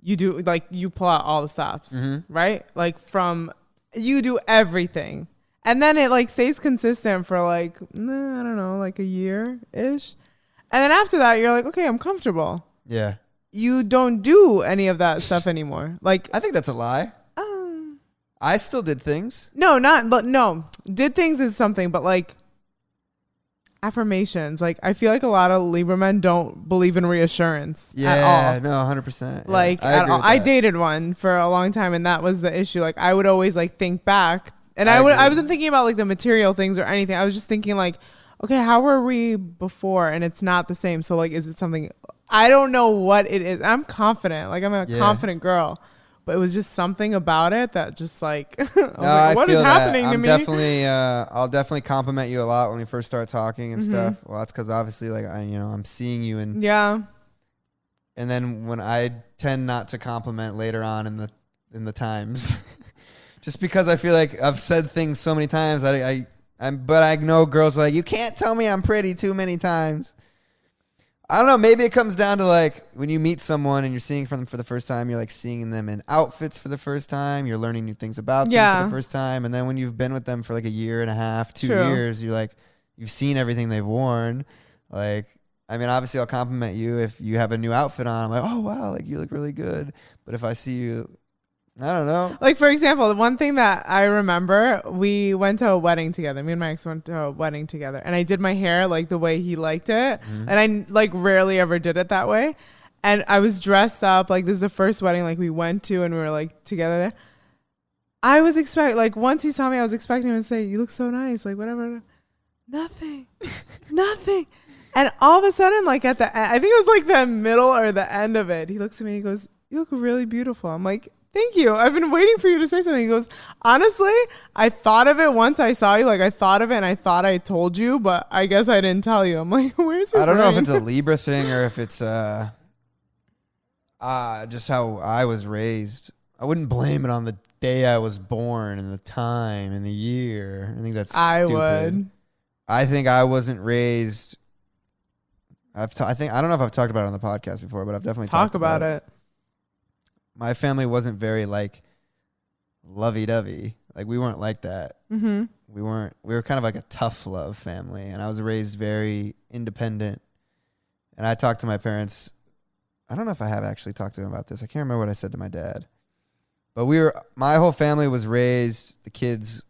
You do like you pull out all the stops, right? Like from you do everything. And then it like stays consistent for like mm, I don't know, like a year ish. And then after that, you're like, okay, I'm comfortable. Yeah, You don't do any of that stuff anymore. Like, I think that's a lie. um, I still did things. No, not but no. Did things is something, but like affirmations. Like I feel like a lot of Libra men don't believe in reassurance Yeah, at all. no, hundred percent. Like I, at agree all. with I that. dated one for a long time and that was the issue. Like I would always like think back and I, I would agree. I wasn't thinking about like the material things or anything. I was just thinking like, okay, how were we before and it's not the same. So like is it something I don't know what it is. I'm confident. Like I'm a Yeah. confident girl. But it was just something about it that just like, I was No, like, I what is feel that. happening I'm to me? definitely. Uh, I'll definitely compliment you a lot when we first start talking Mm-hmm. and stuff. Well, that's because obviously, like I, you know, I'm seeing you, and Yeah. and then when I tend not to compliment later on in the in the times, just because I feel like I've said things so many times. I, I, I'm, but I know girls are like you can't tell me I'm pretty too many times. I don't know. Maybe it comes down to like when you meet someone and you're seeing from them for the first time. You're like seeing them in outfits for the first time. You're learning new things about them Yeah. for the first time. And then when you've been with them for like a year and a half, two True. years, you're like you've seen everything they've worn. Like I mean, obviously, I'll compliment you if you have a new outfit on. I'm like, oh wow, like you look really good. But if I see you, I don't know. Like for example, the one thing that I remember, we went to a wedding together. Me and my ex went to a wedding together, and I did my hair like the way he liked it, and I like rarely ever did it that way. And I was dressed up like this is the first wedding like we went to, and we were like together there. I was expect like once he saw me, I was expecting him to say, "You look so nice," like whatever. Nothing, nothing. And all of a sudden, like at the e- I think it was like the middle or the end of it, he looks at me and he goes, You look really beautiful. I'm like, Thank you. I've been waiting for you to say something. He goes, Honestly, I thought of it once I saw you. Like, I thought of it and I thought I told you, but I guess I didn't tell you. I'm like, Where's your I don't know if brain?" it's a Libra thing or if it's uh, uh just how I was raised. I wouldn't blame it on the day I was born and the time and the year. I think that's I stupid. would. I think I wasn't raised. I've t- I think I don't know if I've talked about it on the podcast before, but I've definitely Talk talked about, about it. it. My family wasn't very like lovey-dovey. Like we weren't like that. Mm-hmm. we weren't we were kind of like a tough love family and i was raised very independent and i talked to my parents i don't know if i have actually talked to them about this i can't remember what i said to my dad but we were my whole family was raised the kids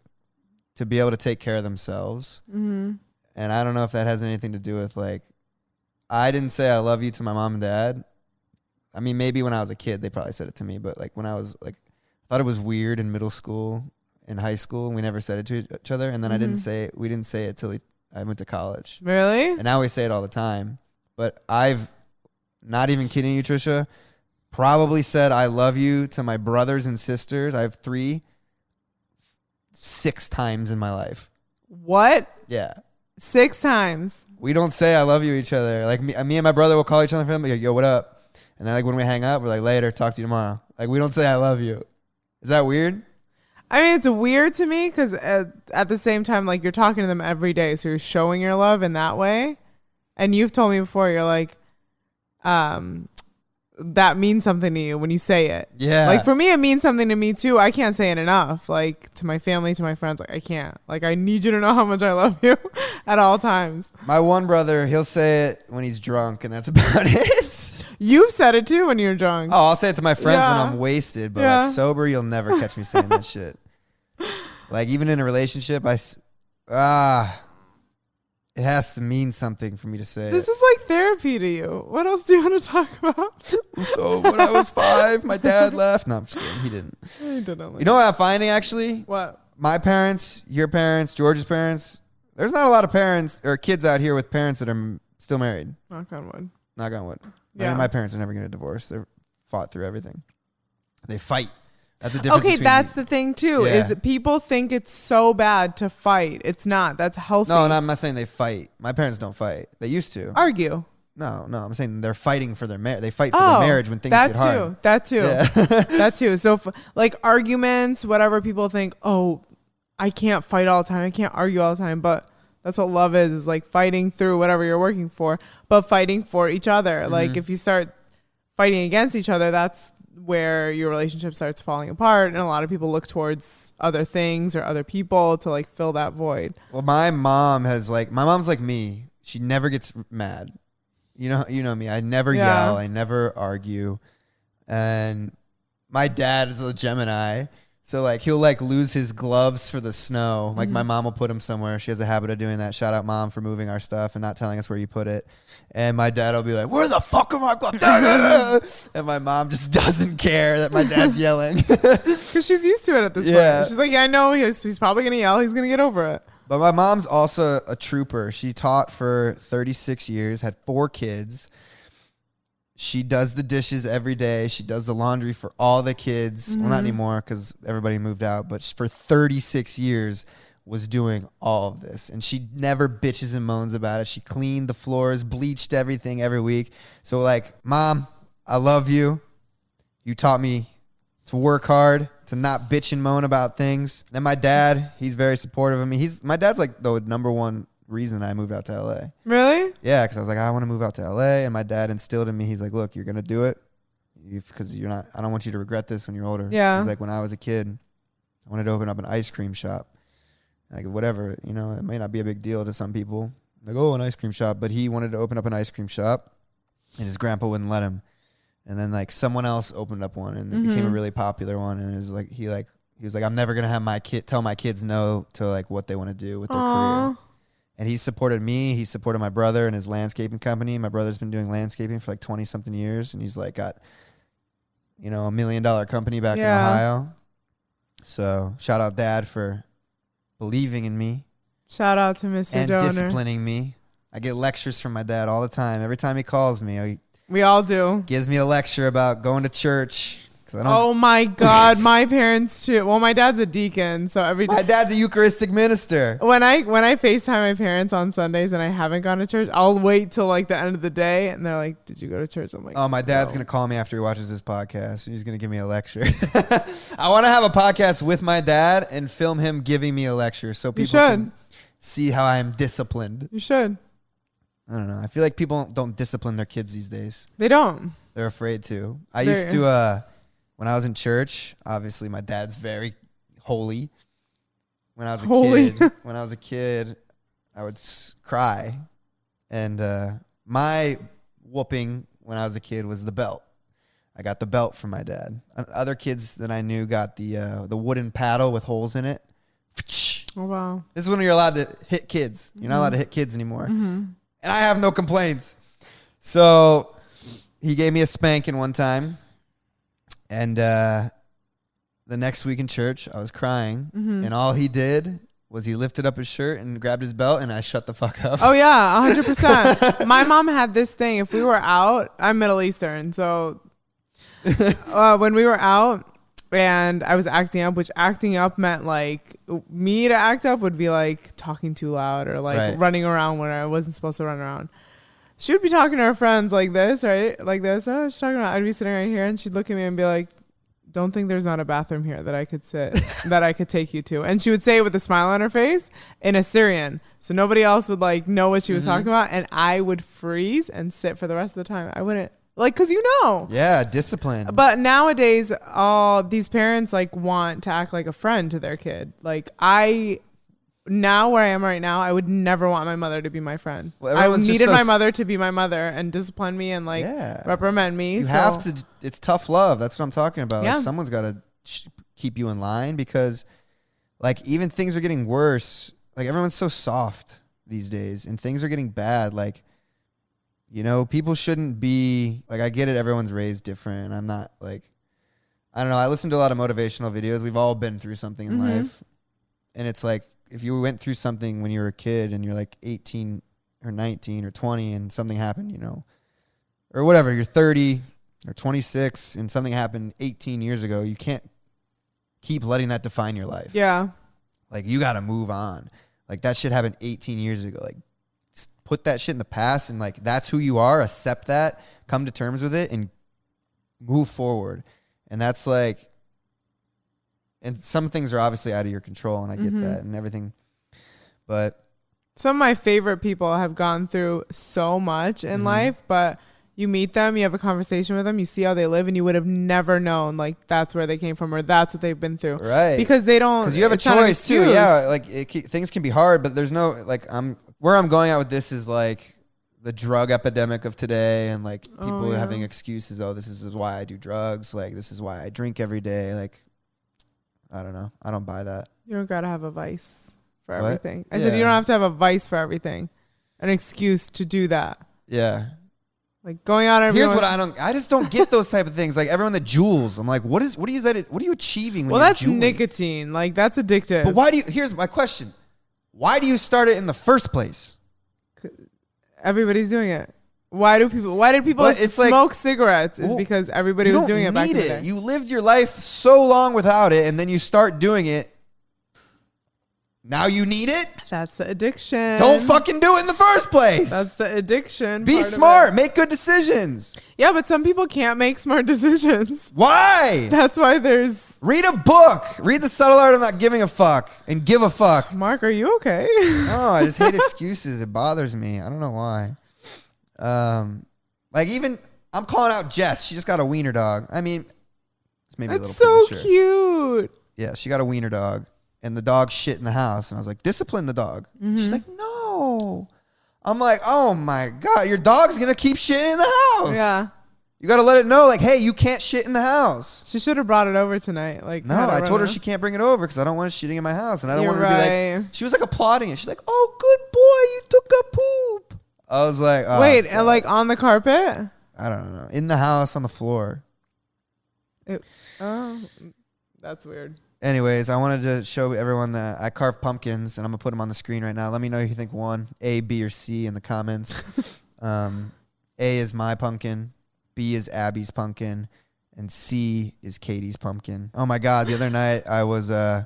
to be able to take care of themselves Mm-hmm. and i don't know if that has anything to do with like i didn't say i love you to my mom and dad i mean maybe when i was a kid they probably said it to me but like when i was like i thought it was weird in middle school in high school and we never said it to each other and then i didn't Mhm. say we didn't say it till he, i went to college Really? and now we say it all the time but i've not even kidding you trisha probably said i love you to my brothers and sisters i have three six times in my life What? yeah Six times. we don't say I love you to each other. Like me, me and my brother will call each other from like, yo, what up? And then like when we hang up, we're like later, talk to you tomorrow. Like we don't say I love you. Is that weird? I mean, it's weird to me because at, at the same time, like you're talking to them every day, so you're showing your love in that way. And you've told me before, you're like, um, that means something to you when you say it. Yeah. Like for me, it means something to me too. I can't say it enough. Like to my family, to my friends, like I can't. Like I need you to know how much I love you at all times. My one brother, he'll say it when he's drunk, and that's about it. You've said it too when you're drunk. Oh, I'll say it to my friends Yeah. when I'm wasted, but Yeah. like sober, you'll never catch me saying that shit. Like even in a relationship, I s- ah, it has to mean something for me to say. This it. is like therapy to you. What else do you want to talk about? so when I was five, my dad left. No, I'm just kidding. He didn't. I didn't like You know what I'm finding actually? what? My parents, your parents, George's parents. There's not a lot of parents or kids out here with parents that are m- still married. Knock on wood. Knock on wood. I Yeah. mean, my parents are never going to divorce. They've fought through everything. They fight. That's a difference. okay, between that's the thing too. Yeah. Is that people think it's so bad to fight. It's not. That's healthy. No, and I'm not saying they fight. My parents don't fight. They used to. Argue. No, no, I'm saying they're fighting for their marriage. They fight for oh, their marriage when things that get too. hard. That too. Yeah. that too. So, f- like arguments, whatever people think, oh, I can't fight all the time. I can't argue all the time. But that's what love is, is like fighting through whatever you're working for, but fighting for each other. Mm-hmm. Like, if you start fighting against each other, that's where your relationship starts falling apart. And a lot of people look towards other things or other people to like fill that void. well, my mom has like my mom's like me. She never gets mad. You know, you know me. I never Yeah. yell. I never argue. And my dad is a Gemini, so like he'll like lose his gloves for the snow. Like my mom will put him somewhere. She has a habit of doing that. Shout out mom for moving our stuff and not telling us where you put it. And my dad will be like, "Where the fuck are my gloves?" and my mom just doesn't care that my dad's yelling. Because she's used to it at this Yeah. point. She's like, yeah, I know he's, he's probably going to yell. He's going to get over it. But my mom's also a trooper. She taught for 36 years, had four kids. She does the dishes every day. She does the laundry for all the kids. Well, not anymore because everybody moved out, but she- for 36 years was doing all of this. And she never bitches and moans about it. She cleaned the floors, bleached everything every week. So, like, mom, I love you. You taught me to work hard, to not bitch and moan about things. And my dad, he's very supportive of me. He's my dad's like the number one reason I moved out to LA. Really? Yeah, because I was like, I want to move out to LA, and my dad instilled in me. He's like, look, you're gonna do it, because you're not. I don't want you to regret this when you're older. Yeah. He's like, when I was a kid, I wanted to open up an ice cream shop. Like whatever, you know, it may not be a big deal to some people. Like, oh, an ice cream shop, but he wanted to open up an ice cream shop, and his grandpa wouldn't let him. And then like someone else opened up one, and it became Mm-hmm. a really popular one. And it was like he like he was like, I'm never gonna have my kid tell my kids no to like what they want to do with their career Aw. and he supported me. He supported my brother and his landscaping company. My brother's been doing landscaping for like twenty something years, and he's like got, you know, a million dollar company back in Yeah. Ohio. So shout out dad for believing in me Shout out to Mr. and Donor. disciplining me. I get lectures from my dad all the time. Every time he calls me, he We all do. gives me a lecture about going to church because I don't. Oh my God, my parents too. Well, my dad's a deacon, so every My time dad's a Eucharistic minister. when I when I Facetime my parents on Sundays and I haven't gone to church, I'll wait till like the end of the day, and they're like, "Did you go to church?" I'm like, Oh, my dad's gonna call me after he watches this podcast, and he's gonna give me a lecture. I want to have a podcast with my dad and film him giving me a lecture, so people can should. see how I am disciplined. "You should." I don't know. I feel like people don't discipline their kids these days; They don't. they're afraid to. I They're- used to, uh, when I was in church. Obviously, my dad's very holy. When I was a Holy. kid, when I was a kid, I would s- cry, and uh, my whooping when I was a kid was the belt. I got the belt from my dad. O- Other kids that I knew got the uh, the wooden paddle with holes in it. This Oh wow. is when you're allowed to hit kids. You're not allowed to hit kids anymore. Mm-hmm. And I have no complaints. So he gave me a spanking one time, and uh, the next week in church, I was crying, Mm-hmm. and all he did was he lifted up his shirt and grabbed his belt, and I shut the fuck up. Oh yeah, hundred percent. My mom had this thing. If we were out, I'm Middle Eastern, so uh, when we were out and I was acting up, which acting up meant like me to act up would be like talking too loud or like Right. running around when I wasn't supposed to run around. She would be talking to her friends like this, right? Like this. Oh, she's talking about. I'd be sitting right here, and she'd look at me and be like, "Don't think there's not a bathroom here that I could sit, that I could take you to." And she would say it with a smile on her face in Assyrian, so Mm-hmm. nobody else would like know what she was talking about, and I would freeze and sit for the rest of the time. I wouldn't Like, cause you know. Yeah, discipline. But nowadays, all these parents like want to act like a friend to their kid. Like I, now where I am right now, I would never want my mother to be my friend. Well, I everyone's just needed so my s- mother to be my mother and discipline me and like Yeah. reprimand me. you so have to. It's tough love. That's what I'm talking about. Yeah. Like someone's got to sh- keep you in line because, like, even things are getting worse. Like everyone's so soft these days, and things are getting bad. Like, you know, people shouldn't be like. I get it. Everyone's raised different. And I'm not like. I don't know. I listen to a lot of motivational videos. We've all been through something in Mhm. life, and it's like if you went through something when you were a kid and you're like 18 or 19 or 20 and something happened, you know, or whatever, you're 30 or 26 and something happened 18 years ago, you can't keep letting that define your life. Yeah. Like you got to move on. Like that shit happened 18 years ago. Like s- put that shit in the past and like that's who you are, accept that, come to terms with it and move forward. And that's like and some things are obviously out of your control and I get Mhm. that and everything. But some of my favorite people have gone through so much in Mhm. life, but you meet them, you have a conversation with them, you see how they live, and you would have never known like that's where they came from or that's what they've been through right. because they don't. because you have Oh, a it's not an choice too. excuse. Yeah, like it, ke- things can be hard, but there's no like I'm where I'm going out with this is like the drug epidemic of today, and like Oh, people yeah. having excuses. Oh, this is is why I do drugs. Like this is why I drink every day. Like I don't know. I don't buy that. you don't gotta have a vice for What? everything. I said you Yeah. don't have to have a vice for everything, an excuse to do that. Yeah. Like going out. every Here's what once- I don't. I just don't get those type of things. Like everyone that jules, I'm like, what is what is that? What are you achieving? When Well, you're that's juuling? nicotine. Like that's addictive. But why do you? Here's my question. Why do you start it in the first place? Everybody's doing it. Why do people? Why did people But it's like- smoke cigarettes? Is Well, because everybody you was don't doing it back in need the day. You lived your life so long without it, and then you start doing it. Now you need it. That's the addiction. Don't fucking do it in the first place. That's the addiction. Be part of smart. it. Make good decisions. Yeah, but some people can't make smart decisions. Why? That's why there's. Read a book. Read the subtle art of not giving a fuck and give a fuck. Mark, are you okay? No, I just hate excuses. It bothers me. I don't know why. Um, like even I'm calling out Jess. She just got a wiener dog. I mean, it's maybe a little That's so premature. cute. yeah, she got a wiener dog, and the dog shit in the house, and I was like, discipline the dog. Mm-hmm. She's like, no. I'm like, oh my god, your dog's gonna keep shitting in the house. Yeah, you gotta let it know, like, hey, you can't shit in the house. she should have brought it over tonight. Like No, had a I told her runner. she can't bring it over because I don't want it shitting in my house, and I don't You're want her to be right. like. She was like applauding it. She's like, oh, good boy, you took a poop. I was like, oh, Wait, God. and like on the carpet. I don't know, in the house on the floor. It, oh, that's weird. Anyways, I wanted to show everyone that I carve pumpkins, and I'm gonna put them on the screen right now. Let me know if you think one, A, B, or C in the comments. um, A is my pumpkin, B is Abby's pumpkin, and C is Katie's pumpkin. Oh my God! The other night I was uh,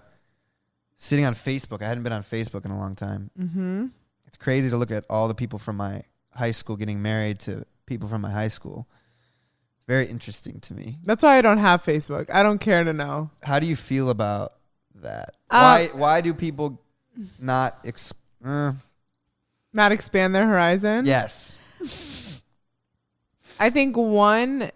sitting on Facebook. I hadn't been on Facebook in a long time. Mm-hmm. It's crazy to look at all the people from my high school getting married to people from my high school. It's very interesting to me. That's why I don't have Facebook. I don't care to know. how do you feel about that? Uh, why why do people not exp- uh, Not expand their horizon. yes I think one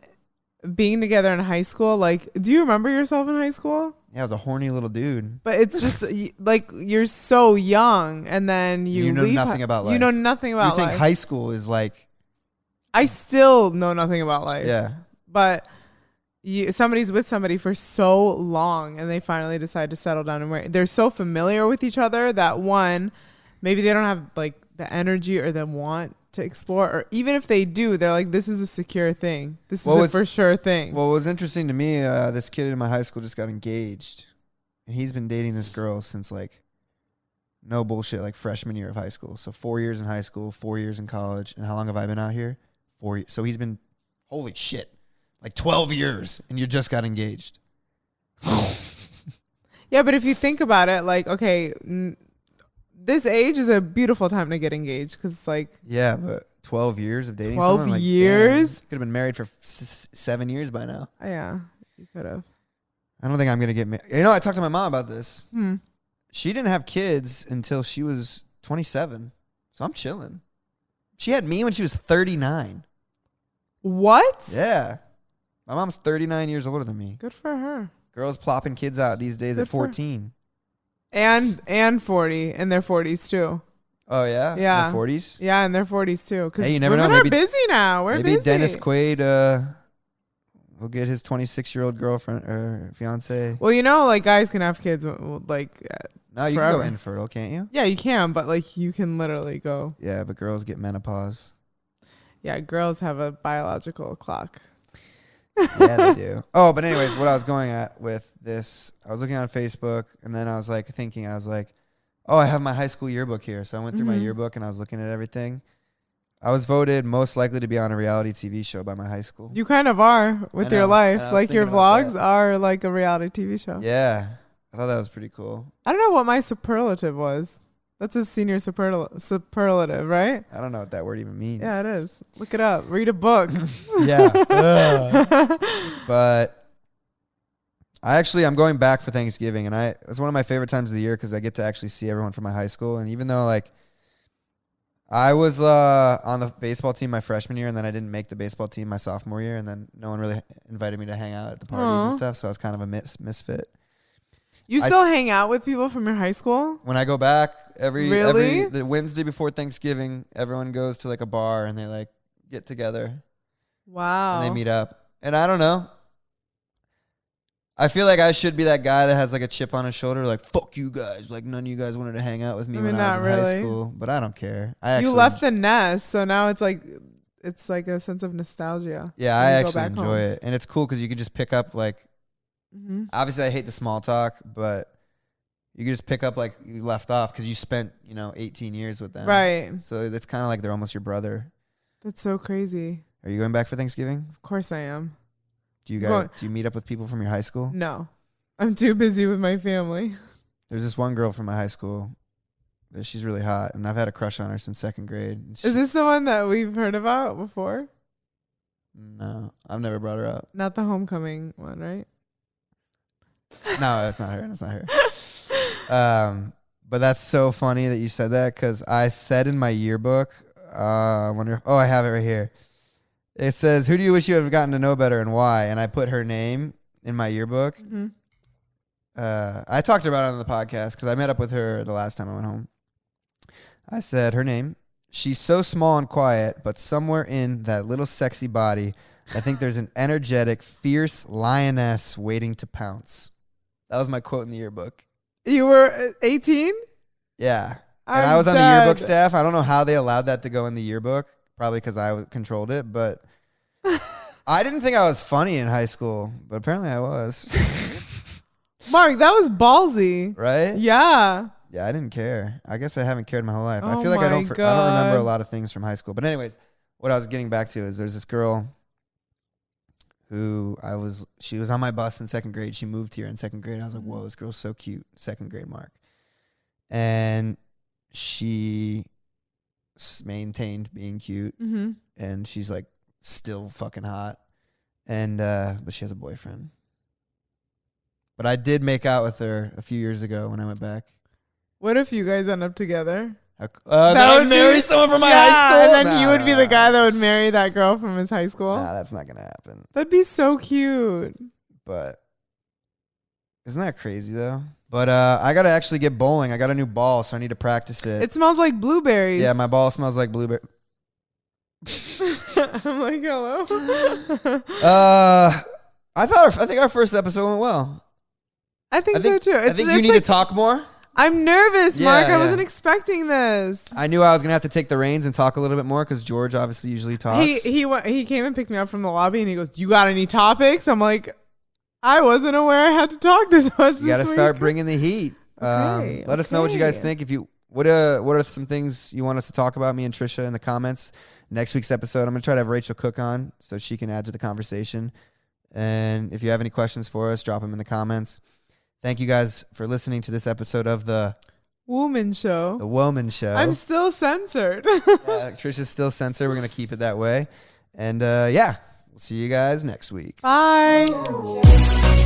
being together in high school. Like, do you remember yourself in high school? yeah I was a horny little dude But it's just y- like you're so young, and then you You know leave nothing hi- about You know life. nothing you about think life. high school is like I still know nothing about life. yeah But you, somebody's with somebody for so long, and they finally decide to settle down and where they're so familiar with each other that one, maybe they don't have like the energy or the want to explore, or even if they do, they're like, "This is a secure thing. This is What was- a for sure thing." well what was interesting to me uh, this kid in my high school just got engaged and he's been dating this girl since like no bullshit like freshman year of high school so four years in high school four years in college and how long have I been out here four ye- so he's been holy shit like 12 years and you just got engaged Yeah, but if you think about it, like, okay, n- this age is a beautiful time to get engaged because it's like, Yeah, but 12 years of dating 12 someone? Like, damn, years? could have been married for s- s- seven years by now. Oh, yeah, you could have. I don't think I'm going to get married. You know, I talked to my mom about this. Hmm. She didn't have kids until she was 27. So I'm chilling. She had me when she was 39. What? Yeah. My mom's 39 years older than me. Good for her. Girls plopping kids out these days Good at for her. 14. And and 40 in their 40s too. Oh, yeah? Yeah. In their 40s? Yeah, in their 40s too. Because Hey, you never know, women are maybe- busy now. We're Maybe busy. Dennis Quaid uh, will get his 26 year old girlfriend or fiance. well, you know, like guys can have kids. w- w- Like, uh, Now you forever. can go infertile, can't you? yeah, you can, but like you can literally go. Yeah, but girls get menopause. Yeah, girls have a biological clock. yeah, they do. Oh, but anyways, what I was going at with this, I was looking on Facebook, and then I was like thinking, I was like, oh, I have my high school yearbook here. So I went through my Mhm. yearbook and I was looking at everything. I was voted most likely to be on a reality TV show by my high school. You kind of are I with know, your and I life. was Like your thinking about vlogs that. are like a reality TV show. yeah, I thought that was pretty cool. I don't know what my superlative was. That's a senior superl- superlative, right? I don't know what that word even means. Yeah, it is. Look it up. Read a book. yeah. Ugh. but I actually I'm going back for Thanksgiving, and I it's one of my favorite times of the year because I get to actually see everyone from my high school. And even though like I was uh, on the baseball team my freshman year, and then I didn't make the baseball team my sophomore year, and then no one really invited me to hang out at the parties Aw. and stuff, so I was kind of a mis- misfit. You I still s- hang out with people from your high school? When I go back every Really? every the Wednesday before Thanksgiving, everyone goes to like a bar and they like get together. Wow. and they meet up. And I don't know. I feel like I should be that guy that has like a chip on his shoulder, like "fuck you guys," like none of you guys wanted to hang out with me I mean, when I was not in high really. school, but I don't care. I actually, you left the nest, so now it's like it's like a sense of nostalgia. yeah, when I you go actually back enjoy home. it, and it's cool because you can just pick up like. Mhm. Obviously, I hate the small talk, but you can just pick up like you left off because you spent you know 18 years with them, Right. So that's kind of like they're almost your brother. That's so crazy. Are you going back for Thanksgiving? Of course I am. Do you guys Going- do you meet up with people from your high school? No. I'm too busy with my family. There's this one girl from my high school that she's really hot, and I've had a crush on her since second grade. And she- Is this the one that we've heard about before? No, I've never brought her up. Not the homecoming one, right? No, that's not her. That's not her. Um, but that's so funny that you said that because I said in my yearbook, uh, I wonder. Oh, I have it right here. It says, "Who do you wish you had gotten to know better and why?" And I put her name in my yearbook. Mhm. uh, I talked about it on the podcast because I met up with her the last time I went home. I said her name. She's so small and quiet, but somewhere in that little sexy body, I think there's an energetic, fierce lioness waiting to pounce. That was my quote in the yearbook. You were uh, 18? Yeah. and I was on the yearbook staff. I don't know how they allowed that to go in the yearbook, probably because I w- controlled it, but I didn't think I was funny in high school, but apparently I was. Mark, that was ballsy. right? Yeah. Yeah, I didn't care. I guess I haven't cared my whole life. I Oh feel like I don't. my For, I don't remember a God. lot of things from high school. But anyways, what I was getting back to is there's this girl who I was. She was on my bus in second grade. She moved here in second grade. I was like, whoa, Mm. this girl's so cute. Second grade mark, and she s- maintained being cute, Mm-hmm. and she's like still fucking hot, and uh, but she has a boyfriend. But I did make out with her a few years ago when I went back. What if you guys end up together? How c- Uh, that, would be- marry someone from my Yeah, high school. And then Nah, you would nah, be the nah, guy that would marry that girl from his high Nah, school. Nah, that's not gonna happen. That'd be so cute. But isn't that crazy though? But uh, I gotta actually get bowling. I got a new ball, so I need to practice it. It smells like blueberries. yeah, my ball smells like blueberry. I'm like, hello. Uh, I thought our, I think our first episode went well. I think, I think so too. It's, I think it's you need like, to talk more. I'm nervous, Yeah, Mark. yeah. I wasn't expecting this. I knew I was gonna have to take the reins and talk a little bit more because George obviously usually talks. He he wa- he came and picked me up from the lobby, and he goes, "You got any topics?" I'm like, I wasn't aware I had to talk this much. you got to this start week." bringing the heat. Um, Okay, let us know what you guys okay. think. If you what uh, what are some things you want us to talk about, me and Trisha, in the comments next week's episode? I'm gonna try to have Rachel Cook on so she can add to the conversation. And if you have any questions for us, drop them in the comments. Thank you guys for listening to this episode of the Woman show. the Woman Show. I'm still censored. uh, Trisha's still censored. We're gonna keep it that way. And uh, yeah, we'll see you guys next week. Bye.